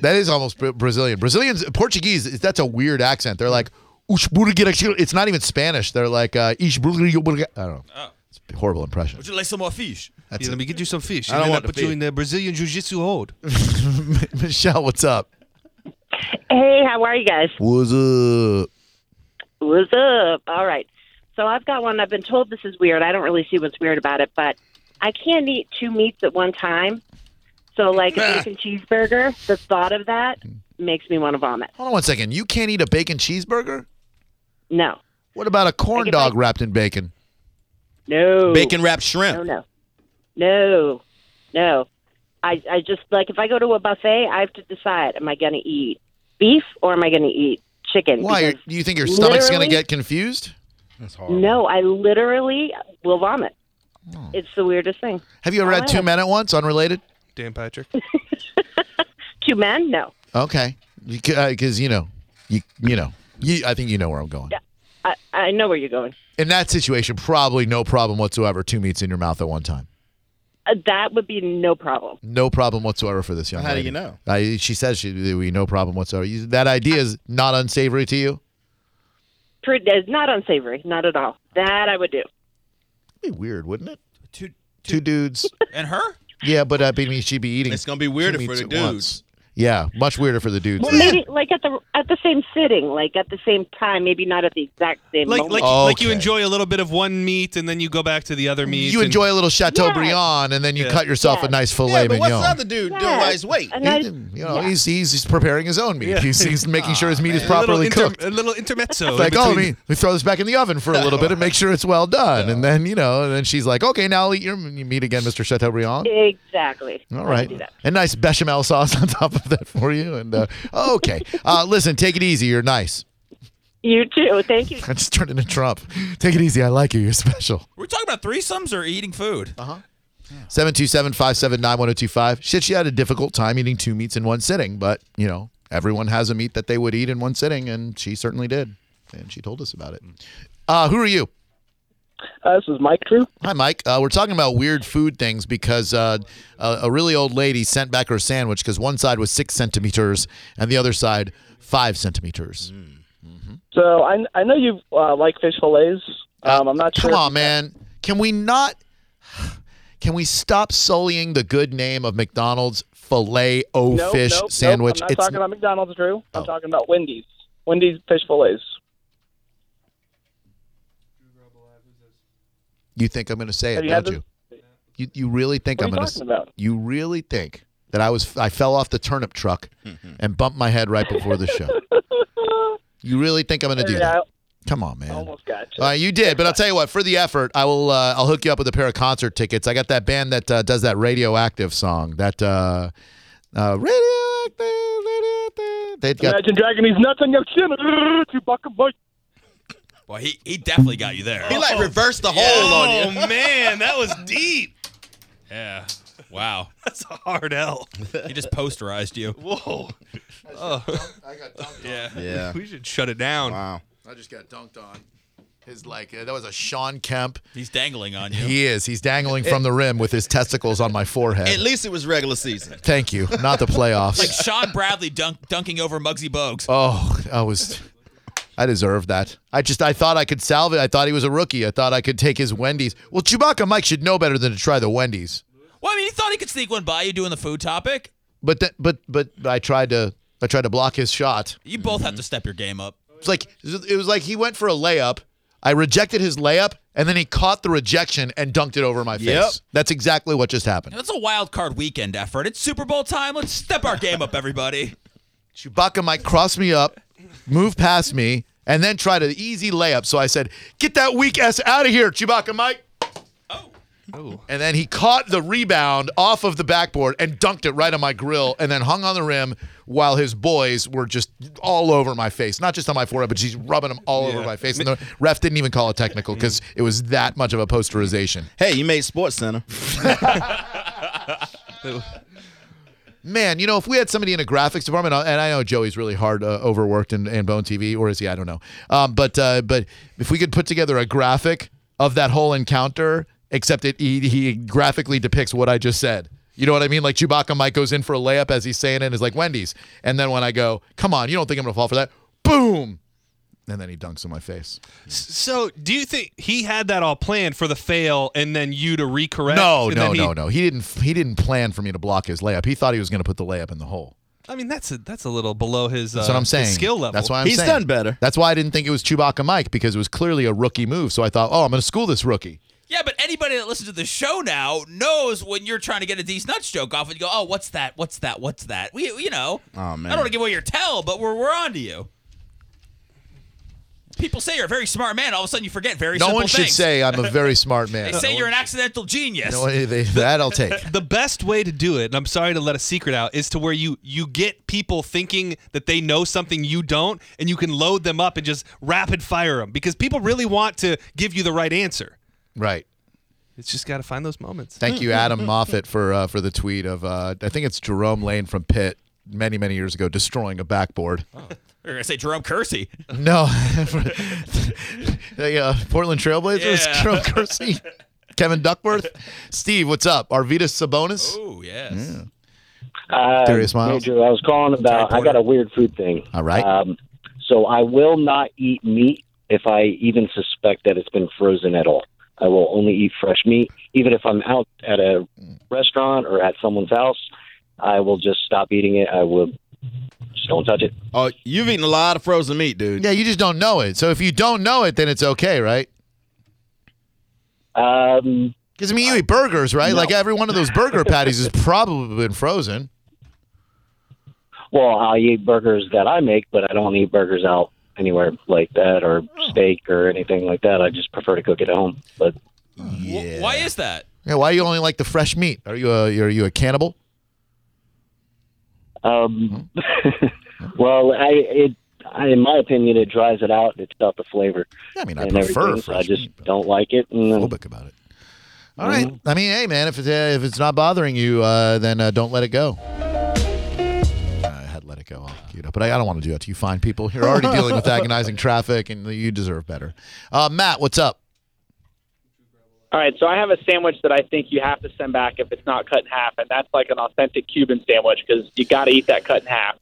S2: That is almost Bra- Brazilian. Brazilians Portuguese. is- That's a weird accent. They're like. "Ush, burger, chil-" It's not even Spanish. They're like, uh, "Ish, burger, burger." I don't know. It's a horrible impression.
S5: Would you like some more fish?
S4: *laughs*
S2: That's
S4: Yeah,
S2: it.
S4: let me get you some fish.
S3: I don't
S4: and then
S3: want
S4: I'll put
S3: the
S4: you
S3: fish.
S4: in the Brazilian jiu-jitsu
S3: *laughs*
S4: hold.
S2: *laughs* Michelle, what's up?
S9: Hey, how are you guys?
S2: What's up?
S9: What's up? All right. So I've got one. I've been told this is weird. I don't really see what's weird about it, but I can't eat two meats at one time. So, like a bacon cheeseburger, the thought of that makes me want to vomit.
S2: Hold on one second. You can't eat a bacon cheeseburger?
S9: No,
S2: What about a corn
S9: if
S2: dog wrapped in bacon?
S9: no,
S3: Bacon wrapped shrimp.
S9: No, no, no, no. I, I just like if I go to a buffet, I have to decide: am I going to eat beef or am I going to eat chicken?
S2: Why?
S9: Because-
S2: Do you think your stomach's going to
S9: literally-
S2: get confused?
S9: no, I literally will vomit. It's the weirdest thing.
S2: Have you ever had two
S9: Wow.
S2: men at once, unrelated?
S4: Damn, Patrick.
S9: Two men? No.
S2: Okay, because you, know, you you know, you, I think you know where I'm going.
S9: I, I know where you're going.
S2: In that situation, probably no problem whatsoever. Two meats in your mouth at one time,
S9: Uh, that would be no problem.
S2: no problem whatsoever for this young
S3: How do
S2: lady.
S3: you know?
S2: I, she says she we no problem whatsoever. You- That idea is not unsavory to you.
S9: Pretty, it's not unsavory, not at all. That I would do.
S2: It'd be weird, wouldn't it?
S5: Two,
S2: Two dudes.
S5: and her?
S2: yeah, but uh, I mean, she'd be eating.
S3: It's gonna be
S2: two
S3: weirder for
S2: meats
S3: the
S2: at
S3: dudes.
S2: once. Yeah, much weirder for the dudes.
S9: Well, maybe like at the at the same sitting, like at the same time, maybe not at the exact same
S4: Like,
S9: moment.
S4: like, like you
S2: Okay.
S4: enjoy a little bit of one meat and then you go back to the other meat.
S2: you
S4: and-
S2: enjoy a little Chateaubriand, and then you
S4: Yeah.
S2: cut yourself a
S9: Yeah.
S2: nice filet
S3: Yeah, but what's
S2: mignon.
S3: the other dude doing
S9: Yeah.
S3: by his weight?
S9: and I,
S2: He- you know,
S9: yeah.
S2: he's, he's he's preparing his own meat.
S4: Yeah. Ah,
S2: He's, he's making sure his meat is
S4: a little,
S2: properly
S4: inter-
S2: cooked.
S4: a little intermezzo.
S2: It's like,
S4: in
S2: oh, let
S4: between.
S2: me, let me throw this back in the oven for a little bit and make sure it's well done. And then, you know, and then she's like, okay, now I'll eat your your meat again, Mr. Chateaubriand.
S9: exactly. I
S2: All
S9: would
S2: right.
S9: do that.
S2: A nice bechamel sauce *laughs* on top of that for you. And uh, okay. Uh, listen, take it easy. You're nice.
S9: You too. Thank you.
S2: *laughs* I just turned into Trump. Take it easy. I like you. You're special.
S5: We're talking about threesomes or eating food.
S2: 727 579 1025. Shit, she had a difficult time eating two meats in one sitting, but, you know, everyone has a meat that they would eat in one sitting, and she certainly did. And she told us about it. Uh, who are you?
S8: Uh, this is Mike True.
S2: Hi, Mike. Uh, we're talking about weird food things because uh, a, a really old lady sent back her sandwich because one side was six centimeters and the other side five centimeters.
S10: So I, I know you uh, like fish fillets. Um, I'm not
S2: Come
S10: sure.
S2: on, man. Can we not? Can we stop sullying the good name of McDonald's filet o
S10: No,
S2: fish
S10: nope, nope,
S2: sandwich? Oh.
S10: I'm not talking about McDonald's, Drew. I'm talking about Wendy's. Wendy's fish fillets.
S2: you think I'm going to say it,
S10: Have you
S2: don't
S10: had
S2: you? you? You really think
S10: What
S2: I'm
S10: are you
S2: going
S10: talking about?
S2: You really think that I was I fell off the turnip truck and bumped my head right before
S10: *laughs*
S2: the show? you really think I'm going to do
S10: Yeah,
S2: that? Come on, man.
S10: I almost got you.
S2: Uh, you did, but I'll tell you what. For the effort, I will. Uh, I'll hook you up with a pair of concert tickets. I got that band that uh, does that radioactive song. That uh, uh, radioactive, radioactive. They've got.
S10: Imagine dragging these nuts on your chin. You bucka boy.
S5: Well, he, he definitely got you there.
S3: He like reversed the hole on you.
S4: Oh, man. That was deep.
S5: yeah. Wow.
S4: That's a hard L.
S5: He just posterized
S4: *laughs*
S5: you.
S4: Whoa.
S2: I got dunked on.
S4: Yeah.
S3: Yeah.
S4: We should shut it down.
S3: Wow.
S2: I just got dunked on. His like uh, that was a Sean Kemp.
S5: He's dangling on you.
S2: He is. He's dangling from the rim with his testicles on my forehead.
S3: At least it was regular season.
S2: Thank you. Not the
S5: like
S2: playoffs.
S5: Sean Bradley dunk, dunking over Muggsy Bogues.
S2: *laughs* Oh, I was. I deserved that. I just I thought I could salve it. I thought he was a rookie. I thought I could take his Wendy's. Well, Chewbacca Mike should know better than to try the Wendy's.
S5: Well, I mean, he thought he could sneak one by you doing the food topic.
S2: But that, but but I tried to I tried to block his shot.
S5: You both
S3: Mm-hmm.
S5: have to step your game up.
S2: It's like it was like he went for a layup. I rejected his layup, and then he caught the rejection and dunked it over my face.
S3: Yep.
S2: That's exactly what just happened.
S5: That's a wild card weekend effort. It's Super Bowl time. Let's step our game up,
S3: *laughs*
S5: everybody.
S2: Chewbacca Mike crossed me up, moved past me, and then tried an easy layup. So I said, "Get that weak ass out of here, Chewbacca Mike."
S4: Oh.
S2: And then he caught the rebound off of the backboard and dunked it right on my grill and then hung on the rim while his boys were just all over my face. Not just on my forehead, but she's rubbing them all over my face. And the ref didn't even call it technical because it was that much of a posterization.
S3: Hey, you made Sports Center.
S2: Man, you know, if we had somebody in a graphics department, uh, and I know Joey's really hard uh, overworked and, and Bone TV, or is he? I don't know. Um, but uh, but if we could put together a graphic of that whole encounter, except it he, he graphically depicts what I just said. You know what I mean? Like Chewbacca Mike goes in for a layup as he's saying it, and is like Wendy's, and then when I go, come on, you don't think I'm gonna fall for that? Boom, and then he dunks in my face.
S4: So, do you think he had that all planned for the fail and then you to recorrect?
S2: No,
S4: and
S2: no,
S4: then he-
S2: no, no. He didn't. He didn't plan for me to block his layup. He thought he was going to put the layup in the hole.
S4: I mean, that's a that's a little below his.
S2: That's
S4: uh,
S2: what I'm
S4: his
S2: saying.
S4: skill level.
S2: That's why I'm saying. That's why I didn't think it was Chewbacca Mike because it was clearly a rookie move. So I thought, oh, I'm going to school this rookie.
S5: Yeah, but anybody that listens to the show now knows when you're trying to get a D's nuts joke off and you go, oh, what's that? What's that? What's that? We, you know,
S3: Oh
S5: I
S3: man.
S5: don't want to give away your tell, but we're we're on to you. People say you're a very smart man. All of a sudden, you forget very.
S2: no
S5: simple
S2: one should
S5: things.
S2: say I'm
S5: *laughs*
S2: a very smart man.
S5: They say you're an accidental genius.
S2: No, they- that I'll
S5: *laughs*
S2: take.
S4: the best way to do it, and I'm sorry to let a secret out, is to where you you get people thinking that they know something you don't, and you can load them up and just rapid fire them because people really want to give you the right answer.
S2: Right.
S4: It's just got to find those moments.
S2: Thank you, Adam Moffat, for uh, for the tweet of uh, I think it's Jerome Lane from Pitt many many years ago destroying a
S5: *laughs*
S2: backboard.
S5: You're gonna say Jerome Kersey.
S2: No, *laughs* the uh, Portland Trailblazers, *laughs*
S5: Yeah.
S2: Jerome Kersey, Kevin Duckworth, Steve. What's up? Arvidas Sabonis.
S5: Oh yes.
S10: Uh,
S2: Darius Miles?
S10: Major, I was calling about. I got a weird food thing.
S2: All right.
S10: Um, so I will not eat meat if I even suspect that it's been frozen at all. I will only eat fresh meat, even if I'm out at a restaurant or at someone's house. I will just stop eating it. I will just don't touch it.
S3: Oh, you've eaten a lot of frozen meat, dude.
S2: Yeah, you just don't know it. So if you don't know it, then it's okay, right?
S10: Um,
S2: Because I mean, you eat burgers, right? Like every one of those burger patties has probably been frozen.
S10: well, I eat burgers that I make, but I don't eat burgers out anywhere like that or
S2: Oh.
S10: steak or anything like that. I just prefer to cook it at home. But
S5: Wh- Why is that?
S2: Yeah, why you only like the fresh meat? Are you a are you a cannibal? *laughs*
S10: Um, *laughs* well, I it I, in my opinion, it dries it out. It's about the flavor.
S2: Yeah, I mean, I
S10: and
S2: prefer
S10: everything, so I
S2: fresh
S10: just
S2: meat,
S10: don't Mm-hmm. like it. And then-
S2: Phobic about it. All right. I mean, hey, man, if it's uh, if it's not bothering you, uh, then uh, don't let it go. I had let it go all queued up, but I, I don't want to do that to you fine people. You're already
S10: *laughs*
S2: dealing with agonizing traffic, and you deserve better. Uh, Matt, what's up?
S11: All right, so I have a sandwich that I think you have to send back if it's not cut in half, and that's like an authentic Cuban sandwich because you got to eat that cut in half.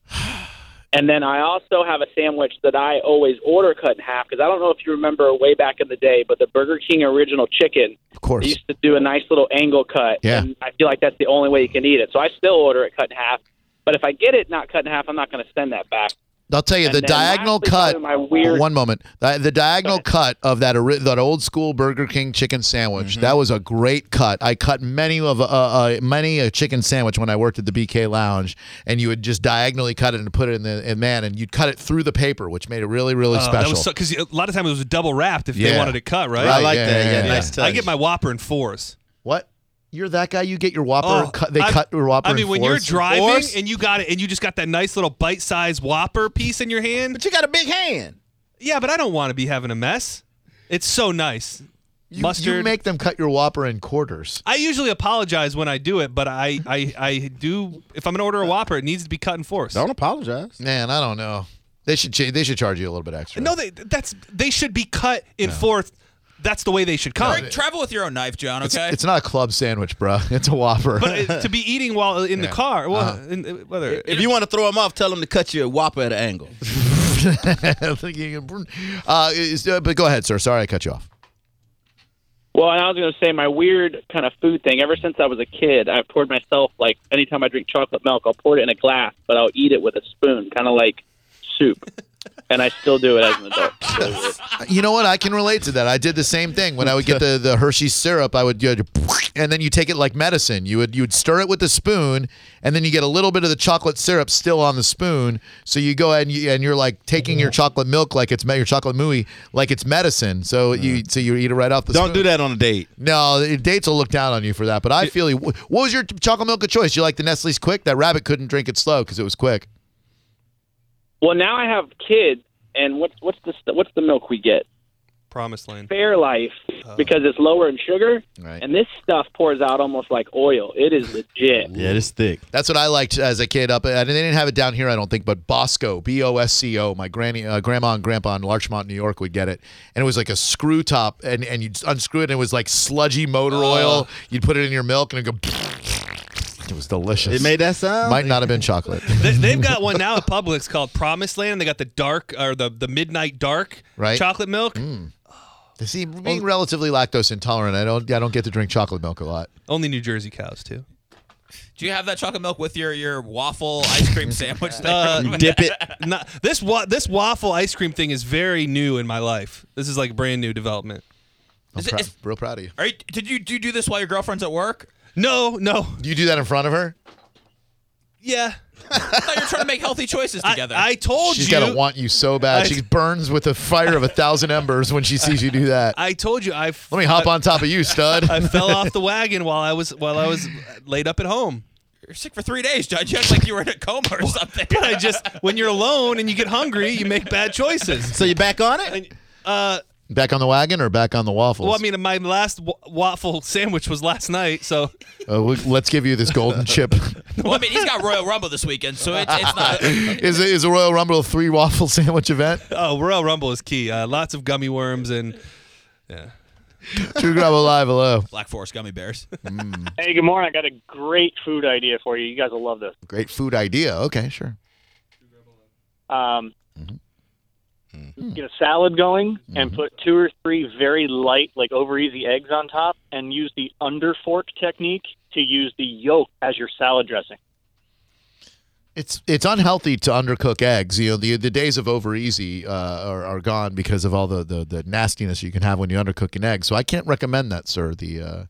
S11: And then I also have a sandwich that I always order cut in half because I don't know if you remember way back in the day, but the Burger King original chicken
S2: Of course.
S11: used to do a nice little angle cut.
S2: Yeah.
S11: And I feel like that's the only way you can eat it. So I still order it cut in half. But if I get it not cut in half, I'm not going to send that back.
S2: I'll tell you
S11: And
S2: the
S11: then
S2: diagonal
S11: lastly,
S2: cut.
S11: one of my weird-
S2: one moment, the, the diagonal cut of that ori- that old school Burger King chicken sandwich.
S4: Mm-hmm.
S2: That was a great cut. I cut many of uh, uh, many a chicken sandwich when I worked at the BK Lounge, and you would just diagonally cut it and put it in the and man, and you'd cut it through the paper, which made it really really
S4: Uh, that
S2: special.
S4: was because a lot of times it was double wrapped if
S2: Yeah.
S4: they wanted it cut, right?
S2: Right, I like yeah, that. yeah, Yeah, yeah. nice
S4: I
S2: touch.
S4: get my Whopper in fours.
S2: what? You're that guy? You get your Whopper?
S4: Oh,
S2: cut, they
S4: I-
S2: cut your Whopper?
S4: I mean,
S2: in
S4: when you're
S2: fourths?
S4: driving
S2: Fourths?
S4: and you got it, and you just got that nice little bite-sized Whopper piece in your hand.
S3: But you got a big hand.
S4: Yeah, but I don't want to be having a mess. It's so nice.
S2: you,
S4: Mustard.
S2: you make them cut your Whopper in quarters.
S4: I usually apologize when I do it, but I, I, I do. If I'm gonna order a Whopper, it needs to be cut in force.
S3: Don't apologize.
S2: Man, I don't know. They should cha- they should charge you a little bit extra.
S4: No, they that's they should be cut in fourth. That's the way they should come.
S5: Tra- travel with your own knife, John.
S2: It's,
S5: Okay.
S2: it's not a club sandwich, bruh. *laughs* It's a Whopper.
S4: But
S2: *laughs*
S4: it- to be eating while in the
S2: Yeah. Uh-huh.
S4: car, well, in, uh, whether
S3: If you want to throw him off, tell him to cut you a whopper at
S2: *laughs*
S3: an angle.
S2: uh, is- uh, but go ahead, sir. Sorry, I cut you off.
S11: Well, and I was going to say my weird kind of food thing. Ever since I was a kid, I've poured myself like anytime I drink chocolate milk, I'll pour it in a glass, but I'll eat it with a spoon, kind of like soup. and I still do it as an adult. It's really weird.
S2: You know what? I can relate to that. I did the same thing when I would get the, the Hershey syrup. I would, you had to- and then you take it like medicine. You would you would stir it with a spoon, and then you get a little bit of the chocolate syrup still on the spoon. So you go ahead and, you, and you're like taking your chocolate milk like it's me- your chocolate mooey like it's medicine. So you so you eat it right off the.
S3: Don't
S2: spoon.
S3: do that on a date.
S2: No, the dates will look down on you for that. But I feel you. What was your t- chocolate milk of choice? You like the Nestle's quick? That rabbit couldn't drink it slow because it was quick.
S11: Well, now I have kids, and what's what's the st- what's the milk we get?
S4: Promised land.
S11: Fairlife because it's lower in sugar, and this stuff pours out almost like oil. It is
S4: *laughs*
S11: legit.
S2: Yeah, it is thick. That's what I liked as a kid up. And they didn't have it down here, I don't think, but Bosco, B O S C O. My granny, uh, grandma, and grandpa in Larchmont, New York, would get it, and it was like a screw top, and and you'd unscrew it, and it was like sludgy motor oil. You'd put it in your milk, and it would go. It was delicious.
S4: It made that sound?
S2: Might not have been
S4: *laughs*
S2: chocolate.
S4: They, they've got one now at Publix called Promised Land. They got the dark or the, the midnight dark
S2: Right. Mm.
S4: chocolate milk.
S2: See, being relatively lactose intolerant, I don't I don't get to drink chocolate milk a lot.
S4: Only New Jersey cows too.
S5: Do you have that chocolate milk with your, your waffle ice
S2: *laughs*
S5: cream sandwich? thing?
S2: Uh,
S4: *laughs* No, this wa- this waffle ice cream thing is very new in my life. This is like brand new development.
S2: I'm prou- real proud of you.
S5: Are you did you do, you do this while your girlfriend's at work?
S4: No, no.
S2: You do that in front of her?
S4: Yeah.
S5: I thought you were trying to make healthy choices together.
S4: *laughs* I told
S2: She's
S4: you.
S2: got to want you so bad.
S4: I-
S2: she burns with the fire of a thousand embers when she sees you do that.
S4: I told you I. f-
S2: Let me hop on top of you, stud.
S4: I fell off the wagon while I was while I was laid up at home.
S5: You're sick for three days, Judge. You act like you were in a coma
S4: *laughs*
S5: or something.
S4: But I just when you're alone and you get hungry, you make bad choices.
S2: So you back on it?
S4: And, uh,
S2: Back on the wagon or back on the waffles?
S4: well, I mean, my last w- waffle sandwich was last night, so
S2: Uh, we- let's give you this golden
S4: *laughs*
S2: chip.
S5: well, I mean, he's got Royal Rumble this weekend, so it's, it's
S2: *laughs*
S5: not.
S2: is is a Royal Rumble a three waffle *laughs* sandwich event?
S4: oh, Royal Rumble is key. Uh, lots of gummy worms and
S2: True Gravel Live, hello.
S5: Black Forest gummy bears.
S12: Hey, good morning. I got a great food idea for you. You guys will love this.
S2: Great food idea. Okay, sure.
S12: Um, Get a salad going and put two or three very light, like over easy eggs on top, and use the under fork technique to use the yolk as your salad dressing.
S2: It's it's unhealthy to undercook eggs. You know the the days of over easy uh, are, are gone because of all the, the, the nastiness you can have when you undercook an egg. So I can't recommend that, sir. The uh,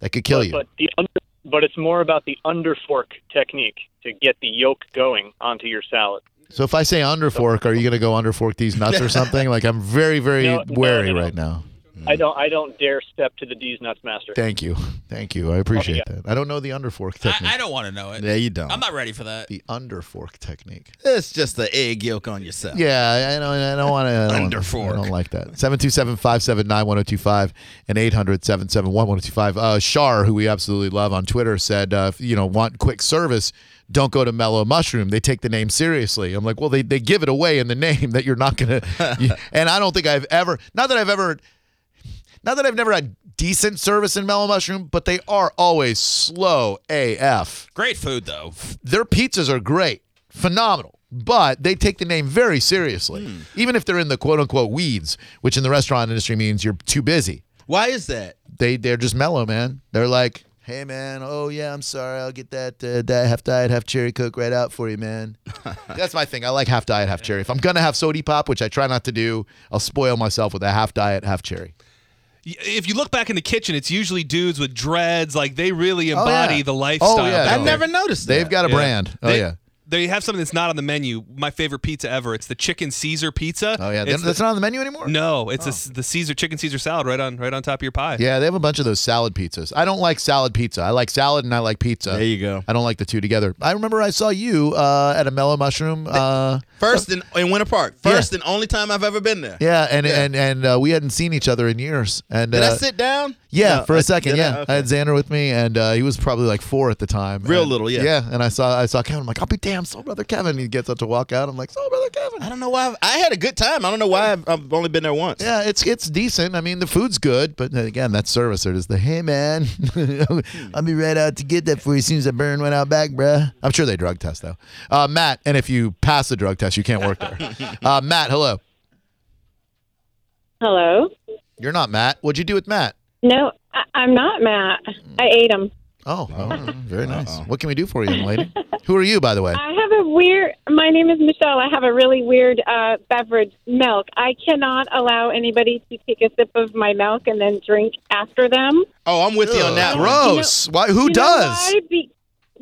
S2: that could kill you.
S12: But the under, but it's more about the under fork technique to get the yolk going onto your salad.
S2: So if I say underfork, are you gonna go underfork these nuts or something? Like I'm very very
S12: No, no,
S2: wary
S12: no, no.
S2: right now.
S12: I don't I don't dare step to the D's nuts master.
S2: Thank you, thank you. I appreciate that. I don't know the underfork technique.
S5: I don't want to know it.
S2: Yeah, you don't.
S5: I'm not ready for that.
S2: the underfork technique.
S3: It's just the egg yolk on yourself.
S2: Yeah, I don't. I don't want to.
S3: Under fork.
S2: I don't like that. Seven two seven five seven nine one zero two five and 800-771-1025. Uh, Shar, who we absolutely love on Twitter, said, uh, if, "You know, want quick service? Don't go to Mellow Mushroom. They take the name seriously." I'm like, "Well, they they give it away in the *laughs* name that you're not gonna." you- and I don't think I've ever. Not that I've ever. Not that I've never had decent service in Mellow Mushroom, but they are always slow AF
S5: Great food though.
S2: their pizzas are great, phenomenal, but they take the name very seriously, even if they're in the quote unquote weeds, which in the restaurant industry means you're too busy.
S3: Why is that?
S2: They they're just mellow, man. They're like, hey man, oh yeah, I'm sorry, I'll get that uh, that half diet, half cherry coke right out for you, man. That's my thing. I like half diet, half cherry. If I'm gonna have sody pop, which I try not to do, I'll spoil myself with a half diet, half cherry.
S4: if you look back in the kitchen, it's usually dudes with dreads. Like they really embody the lifestyle.
S2: Oh, yeah.
S4: back there.
S3: noticed
S2: They've got a
S4: Yeah.
S2: brand. Oh
S4: They-
S2: yeah.
S4: They have something that's not on the menu. My favorite pizza ever. It's the chicken Caesar pizza.
S2: Oh yeah.
S4: It's
S2: That's not on the menu anymore.
S4: No, oh, it's a- the Caesar chicken Caesar salad right on right on top of your pie.
S2: Yeah, they have a bunch of those salad pizzas. I don't like salad pizza. I like salad and I like pizza. There you go. I don't like the two together. I remember I saw you uh, at a mellow mushroom.
S3: *laughs*
S2: Uh,
S3: First in, in Winter Park. First and only time I've ever been there.
S2: yeah, and and and uh, we hadn't seen each other in years. And
S3: Did
S2: uh,
S3: I sit down?
S2: Yeah,
S3: No,
S2: for
S3: I-
S2: a second.
S3: did I?
S2: Yeah, I had Xander with me, and uh, he was probably like four at the time.
S3: Real
S2: And-
S3: little, yeah.
S2: Yeah, and I saw I saw Kevin. I'm like, I'll be damned, so brother Kevin. He gets up to walk out. I'm like, so brother Kevin.
S3: I don't know why. I've- I had a good time. I don't know why I've, I've only been there once.
S2: Yeah, it's it's decent. I mean, the food's good, but then again, that service or just the hey man, *laughs* I'll be right out to get that for you as soon as that burn went out back, bruh. I'm sure they drug test though, uh, Matt. And if you pass the drug test, you can't work there. Uh, Matt, hello.
S13: Hello.
S2: You're not Matt. What'd you do with Matt?
S13: No, I, I'm not Matt. I ate them.
S2: Oh, oh, very nice. What can we do for you, young lady? Who are you, by the way?
S13: I have a weird. My name is Michelle. I have a really weird uh, beverage, milk. I cannot allow anybody to take a sip of my milk and then drink after them.
S3: Oh, I'm with you on that. one.
S2: Gross. Why? Who
S13: You know
S2: does?
S13: why? Be-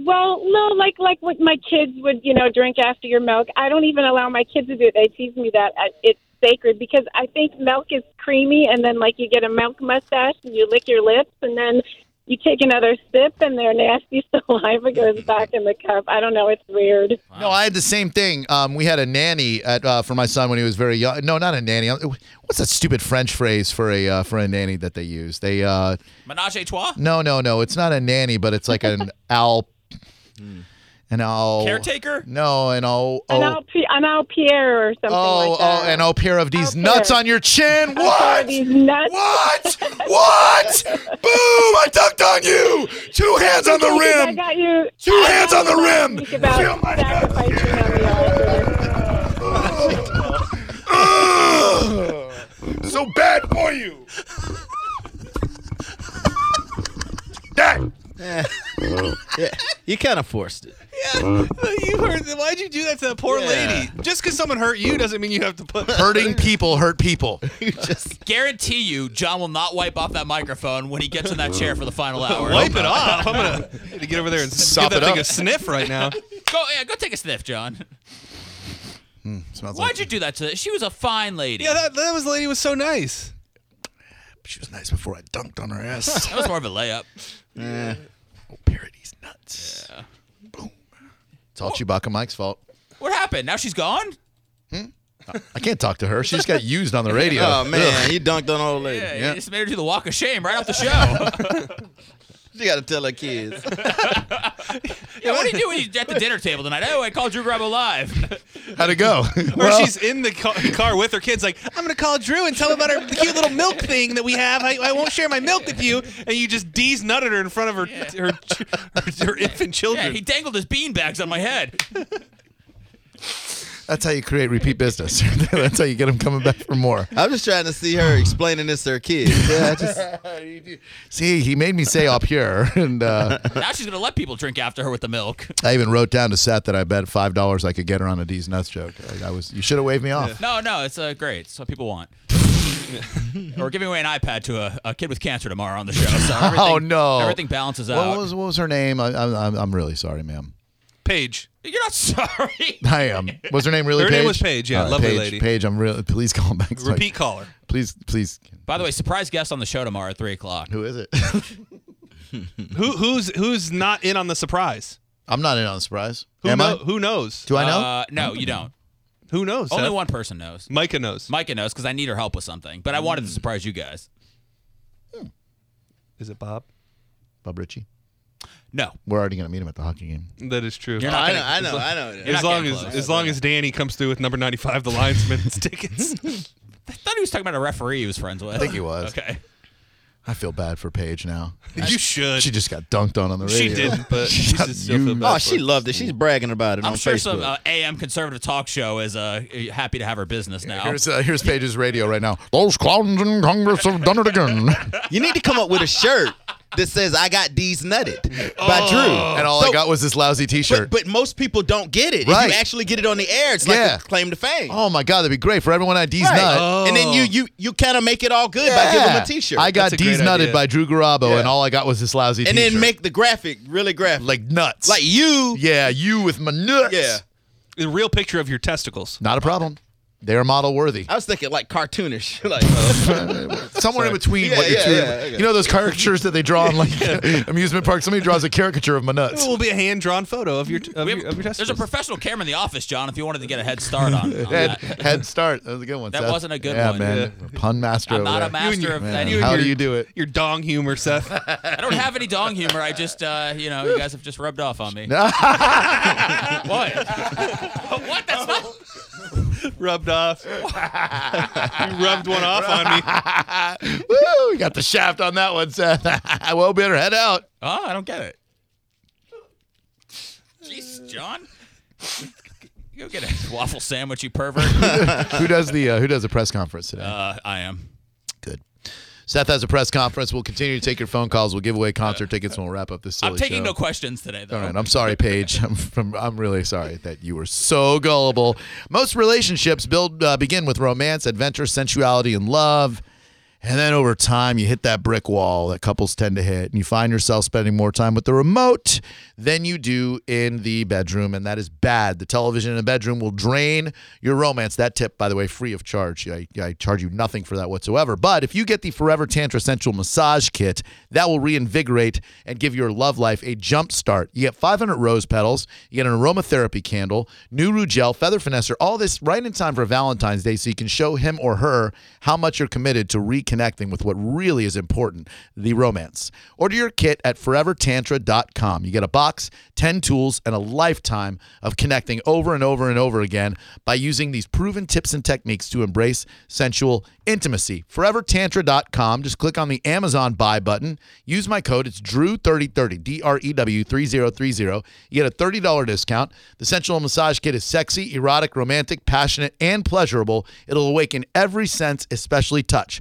S13: well, no, like like what my kids would, you know, drink after your milk. I don't even allow my kids to do it. They tease me that I, it's sacred because I think milk is creamy, and then like you get a milk mustache and you lick your lips, and then you take another sip and their nasty *laughs* saliva goes back in the cup. I don't know. It's weird.
S2: No, I had the same thing. Um, we had a nanny at uh, for my son when he was very young. No, not a nanny. Um, What's that stupid French phrase for a uh, for a nanny that they use? They uh,
S5: Menage a trois?
S2: no, no, no. It's not a nanny, but it's like an owl, an owl
S5: Caretaker?
S2: No, an owl.
S13: An au, pi- an au pair or something
S2: Oh,
S13: like
S2: oh,
S13: that.
S2: an au pair of these nuts
S13: pair.
S2: on your chin.
S13: Au pair
S2: What?
S13: of these nuts.
S2: What? What?
S13: *laughs*
S2: Boom! I ducked on you. Two hands on the
S13: Because I
S2: rim.
S13: got you.
S2: Two hands Oh on the rim.
S13: About sacrificing on the altar.
S2: so bad for you.
S14: Eh. yeah, you kind of forced it.
S4: *laughs* you heard. Why'd you do that to that poor lady? Just because someone hurt you doesn't mean you have to put
S2: Hurting people hurt people.
S5: Guarantee you, John will not wipe off that microphone when he gets in that chair for
S2: *laughs*
S5: the final hour.
S4: Wipe it off. I'm gonna *laughs* need to get over there and
S2: Sop
S4: give
S2: it
S4: that thing
S2: up.
S4: a sniff
S14: *laughs*
S4: right now.
S5: Go, yeah, go take a sniff, John.
S2: Hmm, Smells
S5: Why'd you do that to? She was a fine lady.
S4: Yeah, that, that was the lady was so nice.
S2: She was nice before I dunked on her
S13: *laughs*
S2: ass.
S5: That was more of a layup.
S2: Eh. Oh, Parity's nuts. It's all Chewbacca Mike's fault.
S5: What happened? Now she's gone.
S2: I can't talk to her. She just got
S4: *laughs*
S2: used on the radio.
S14: Oh man,
S2: Ugh.
S14: you dunked on old lady.
S5: Yeah, you just made her do the walk of shame right off the show.
S14: You got to tell her
S4: *laughs*
S14: kids.
S5: yeah, what do you do when you're at the dinner table tonight? Oh, I called Drew Grabo
S2: *laughs*
S5: live.
S2: *laughs* How'd it go?
S4: Or
S2: *laughs* Well,
S4: she's in the ca- *laughs* car with her kids, like, I'm gonna call Drew and tell him about her, the cute little milk thing that we have. I, I won't share my milk with you, and you just dees nutted her in front of her her, her, her infant children.
S5: yeah, he dangled his beanbags on my head.
S2: that's how you create repeat business. *laughs* that's how you get them coming back
S4: *laughs*
S2: for more.
S14: I'm just trying to see her explaining this to her kids. Yeah, I
S2: *laughs*
S14: just
S2: See, he made me say up here, *laughs* and uh,
S5: Now she's gonna let people drink after her with the milk.
S2: I even wrote down to Seth that I bet five dollars I could get her on a D's nuts joke. Like, I was, you should have waved me off.
S5: No, no, it's uh, great. It's what
S2: *laughs*
S5: people want. We're giving away an iPad to a, a kid with cancer tomorrow on the show. So everything,
S2: *laughs* oh no,
S5: everything balances
S2: What
S5: out.
S2: was what was her name? I, I, I'm I'm really sorry, ma'am. *laughs*
S4: Paige.
S5: You're not *laughs* sorry.
S2: I am. Was her name really?
S4: Her
S2: Paige?
S4: name was Paige, yeah,
S2: All
S4: lovely
S2: Paige,
S4: lady.
S2: Paige, I'm really. Please call back. *laughs* It's like,
S4: Repeat caller.
S2: Please, please.
S5: By the way, surprise guest on the show tomorrow at three o'clock.
S2: Who is it? *laughs*
S4: Who who's who's not in on the surprise?
S2: I'm not in on the surprise.
S4: Who
S2: Am
S4: know-
S2: I?
S4: Who knows?
S2: Do I know?
S5: Uh, no, you don't.
S4: Who knows?
S5: Only
S4: Seth?
S5: one person knows.
S4: Micah knows.
S5: Micah knows because I need her help with something, but I wanted to
S2: Mm.
S5: surprise you guys.
S4: Is it Bob?
S2: Bob Ritchie.
S5: No,
S2: We're already gonna meet him at the hockey game.
S4: That is true.
S5: You're not
S14: I
S5: gonna-
S14: know, I know,
S5: it's
S14: I know. it is.
S5: You're
S4: as
S5: not
S4: long
S5: getting
S4: as
S5: close.
S4: as long as Danny comes through with number 95, the
S2: *laughs*
S4: Linesman's tickets.
S5: I thought he was talking about a referee he was friends with.
S2: I think he was.
S5: Okay.
S2: I feel bad for
S14: *laughs*
S2: Paige now.
S4: you should.
S2: She just got dunked on on the
S4: She
S2: radio.
S15: *laughs*
S4: didn't, but
S2: She
S4: she
S2: got
S4: just still feel
S2: used.
S14: Oh, she loved it. She's bragging about it
S5: I'm
S14: on
S5: sure
S14: Facebook.
S5: some uh, AM conservative talk show is uh, happy to have her business now.
S2: *laughs* Here's uh, here's Paige's radio right now. Those clowns in Congress have done
S14: *laughs*
S2: it again.
S14: you need to come up with a shirt that says "I got D's nutted" by Drew.
S2: Oh. and all I
S14: So-
S2: got was this lousy T-shirt.
S14: But, but most people don't get it.
S2: Right.
S14: If you actually get it on the air, it's
S2: Yeah.
S14: like a claim to fame.
S2: oh my God, that'd be great for everyone at D's
S14: Right.
S2: Nut.
S14: And then you you you kind of make it all good by giving them a T-shirt.
S2: I got
S4: That's a great
S2: D's nutted
S4: idea.
S2: by Drew Garabo,
S14: Yeah.
S2: and all I got was this lousy
S14: and
S2: T-shirt.
S14: then make the graphic really graphic.
S2: like nuts.
S14: Like you,
S2: yeah, you with my nuts.
S14: Yeah.
S4: A real picture of your testicles.
S2: not a problem. They are model
S14: *laughs*
S2: worthy.
S14: I was thinking like cartoonish. *laughs* like
S2: Somewhere in between
S14: Yeah,
S2: what you're
S14: yeah,
S2: two-
S14: yeah, okay.
S2: You know those caricatures that they draw on like *laughs* amusement parks. Somebody draws a caricature of my
S4: It
S2: nuts.
S4: will be a hand drawn photo of your of,
S5: We have-
S4: your, of your testicles.
S5: there's a professional camera in the office, John. If you wanted to get a head
S4: *laughs*
S5: start on, on
S2: Head,
S5: that.
S2: head start. That was a good one.
S5: That
S2: Seth.
S5: wasn't a good
S2: yeah,
S5: one.
S2: man. Pun master.
S5: I'm
S2: over
S5: not a
S2: there.
S5: master
S4: and your-
S5: of
S4: man,
S5: any.
S4: you and
S2: How do
S4: your-
S2: you do it? *laughs*
S4: your dong humor, Seth. *laughs*
S5: I don't have any dong humor. I just, uh, you know, you guys have just rubbed off on me. *laughs* what? what? That's not.
S4: *laughs* rubbed
S5: *laughs*
S4: off. you rubbed one off on me.
S2: Woo! You got the shaft on that one, Seth. *laughs* well, better head out.
S5: Oh, I don't get
S2: *laughs*
S5: it.
S2: Uh.
S5: Jeez, John. Go get a waffle sandwich,
S2: *laughs*
S5: you pervert.
S2: Who does the uh, Who does the press conference today?
S5: Uh, I am.
S2: Good. Seth has a press conference. We'll continue to take your phone calls. We'll give away concert tickets, and we'll wrap up this silly
S5: I'm taking
S2: show.
S5: no questions today, though.
S2: All right. I'm sorry, Paige. I'm, from, I'm really sorry that you were so gullible. Most relationships build uh, begin with romance, adventure, sensuality, and love. And then over time, you hit that brick wall that couples tend to hit, and you find yourself spending more time with the remote than you do in the bedroom. And that is bad. The television in the bedroom will drain your romance. That tip, by the way, free of charge. I, I charge you nothing for that whatsoever. But if you get the Forever Tantra Sensual Massage Kit, that will reinvigorate and give your love life a jump start. You get 500 rose petals, you get an aromatherapy candle, new roux gel, feather finesser, all this right in time for Valentine's Day so you can show him or her how much you're committed to reconnecting with what really is important the romance. Order your kit at forevertantra.com. You get a box, 10 tools, and a lifetime of connecting over and over and over again by using these proven tips and techniques to embrace sensual intimacy. Forevertantra.com. Just click on the Amazon buy button. Use my code. It's Drew3030, D R E W 3030. You get a $30 discount. The Sensual Massage Kit is sexy, erotic, romantic, passionate, and pleasurable. It'll awaken every sense, especially touch.